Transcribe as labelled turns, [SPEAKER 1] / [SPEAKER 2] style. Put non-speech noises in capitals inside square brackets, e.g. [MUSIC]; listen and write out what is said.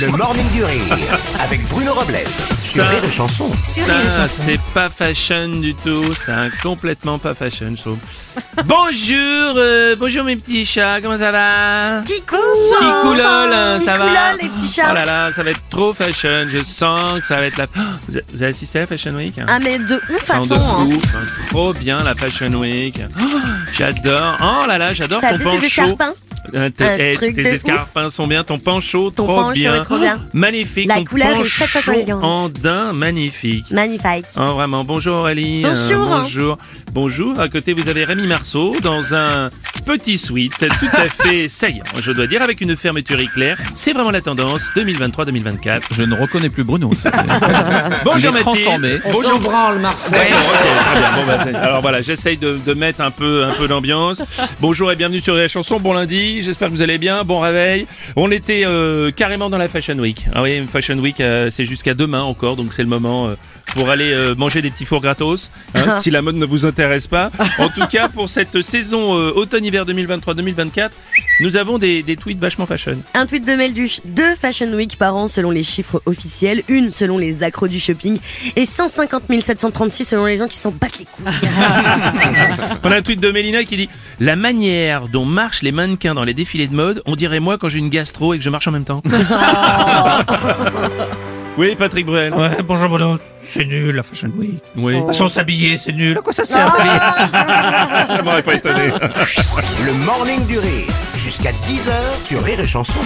[SPEAKER 1] Le Morning du Rire,
[SPEAKER 2] [LAUGHS]
[SPEAKER 1] avec Bruno Robles, sur
[SPEAKER 2] Ça-
[SPEAKER 1] Rire et Chanson.
[SPEAKER 2] Ça, c'est pas fashion du tout. C'est un complètement pas fashion, je trouve. [LAUGHS] bonjour, euh, bonjour mes petits chats. Comment ça va
[SPEAKER 3] Kikou
[SPEAKER 2] Kikou lol, hein, ça
[SPEAKER 3] Kikou
[SPEAKER 2] va
[SPEAKER 3] lol, les petits chats
[SPEAKER 2] Oh là là, ça va être trop fashion. Je sens que ça va être la. Oh, [GASPS] Vous avez- vous avez assisté à la Fashion Week hein
[SPEAKER 3] Ah mais de ouf à
[SPEAKER 2] Attends, de
[SPEAKER 3] fond hein.
[SPEAKER 2] ouf, hein. Trop bien la Fashion Week. [GASPS] Oh, j'adore. Oh là là, j'adore
[SPEAKER 3] T'as
[SPEAKER 2] ton
[SPEAKER 3] vu ces
[SPEAKER 2] pancho.
[SPEAKER 3] escarpins
[SPEAKER 2] Euh, tes-
[SPEAKER 3] Un
[SPEAKER 2] eh,
[SPEAKER 3] truc
[SPEAKER 2] tes
[SPEAKER 3] de ouf.
[SPEAKER 2] escarpins sont bien, ton pancho,
[SPEAKER 3] Ton
[SPEAKER 2] trop
[SPEAKER 3] pancho est
[SPEAKER 2] bien.
[SPEAKER 3] trop bien.
[SPEAKER 2] Oh, [GASPS] magnifique.
[SPEAKER 3] La
[SPEAKER 2] ton
[SPEAKER 3] couleur est
[SPEAKER 2] pancho
[SPEAKER 3] chatoyante.
[SPEAKER 2] En daim, magnifique.
[SPEAKER 3] Magnifique
[SPEAKER 2] Oh, vraiment, bonjour Aurélie. Euh,
[SPEAKER 3] Bonjour.
[SPEAKER 2] bonjour. Bonjour. À côté, vous avez Rémi Marceau dans un petit suite tout à [LAUGHS] fait saillant, je dois dire, avec une fermeture éclair. C'est vraiment la tendance 2023-2024.
[SPEAKER 4] Je ne reconnais plus Bruno.
[SPEAKER 2] Bonjour
[SPEAKER 4] Il est
[SPEAKER 2] Mathilde.
[SPEAKER 4] transformé.
[SPEAKER 5] On s'en branle,
[SPEAKER 2] Ouais,
[SPEAKER 5] Marcel.
[SPEAKER 2] ok, très bien. Bon, bah, c'est- alors voilà, j'essaye de, de mettre un peu, un peu d'ambiance. Bonjour et bienvenue sur la chanson. Bon lundi, j'espère que vous allez bien. Bon réveil. On était euh, carrément dans la Fashion Week. Ah oui, une Fashion Week, euh, c'est jusqu'à demain encore, donc c'est le moment euh, pour aller euh, manger des petits fours gratos, hein, si la mode ne vous intéresse pas. En tout cas, pour cette saison euh, automne-hiver 2023-2024, nous avons des, des tweets vachement fashion.
[SPEAKER 3] Un tweet de Melduche, deux Fashion Week par an selon les chiffres officiels, une selon les accros du shopping et 150 736 selon les gens qui s'en battent les couilles.
[SPEAKER 2] On a un tweet de Mélina qui dit La manière dont marchent les mannequins dans les défilés de mode, on dirait moi quand j'ai une gastro et que je marche en même temps. oui, Patrick Bruel.
[SPEAKER 6] Ouais, bonjour Bruno, c'est nul la Fashion Week.
[SPEAKER 2] Oui, Ah.
[SPEAKER 6] Sans s'habiller, c'est nul. À quoi ça sert s'habiller
[SPEAKER 2] ça m'aurait pas étonné.
[SPEAKER 1] Le Morning du Rire, jusqu'à 10h sur Rire et Chanson.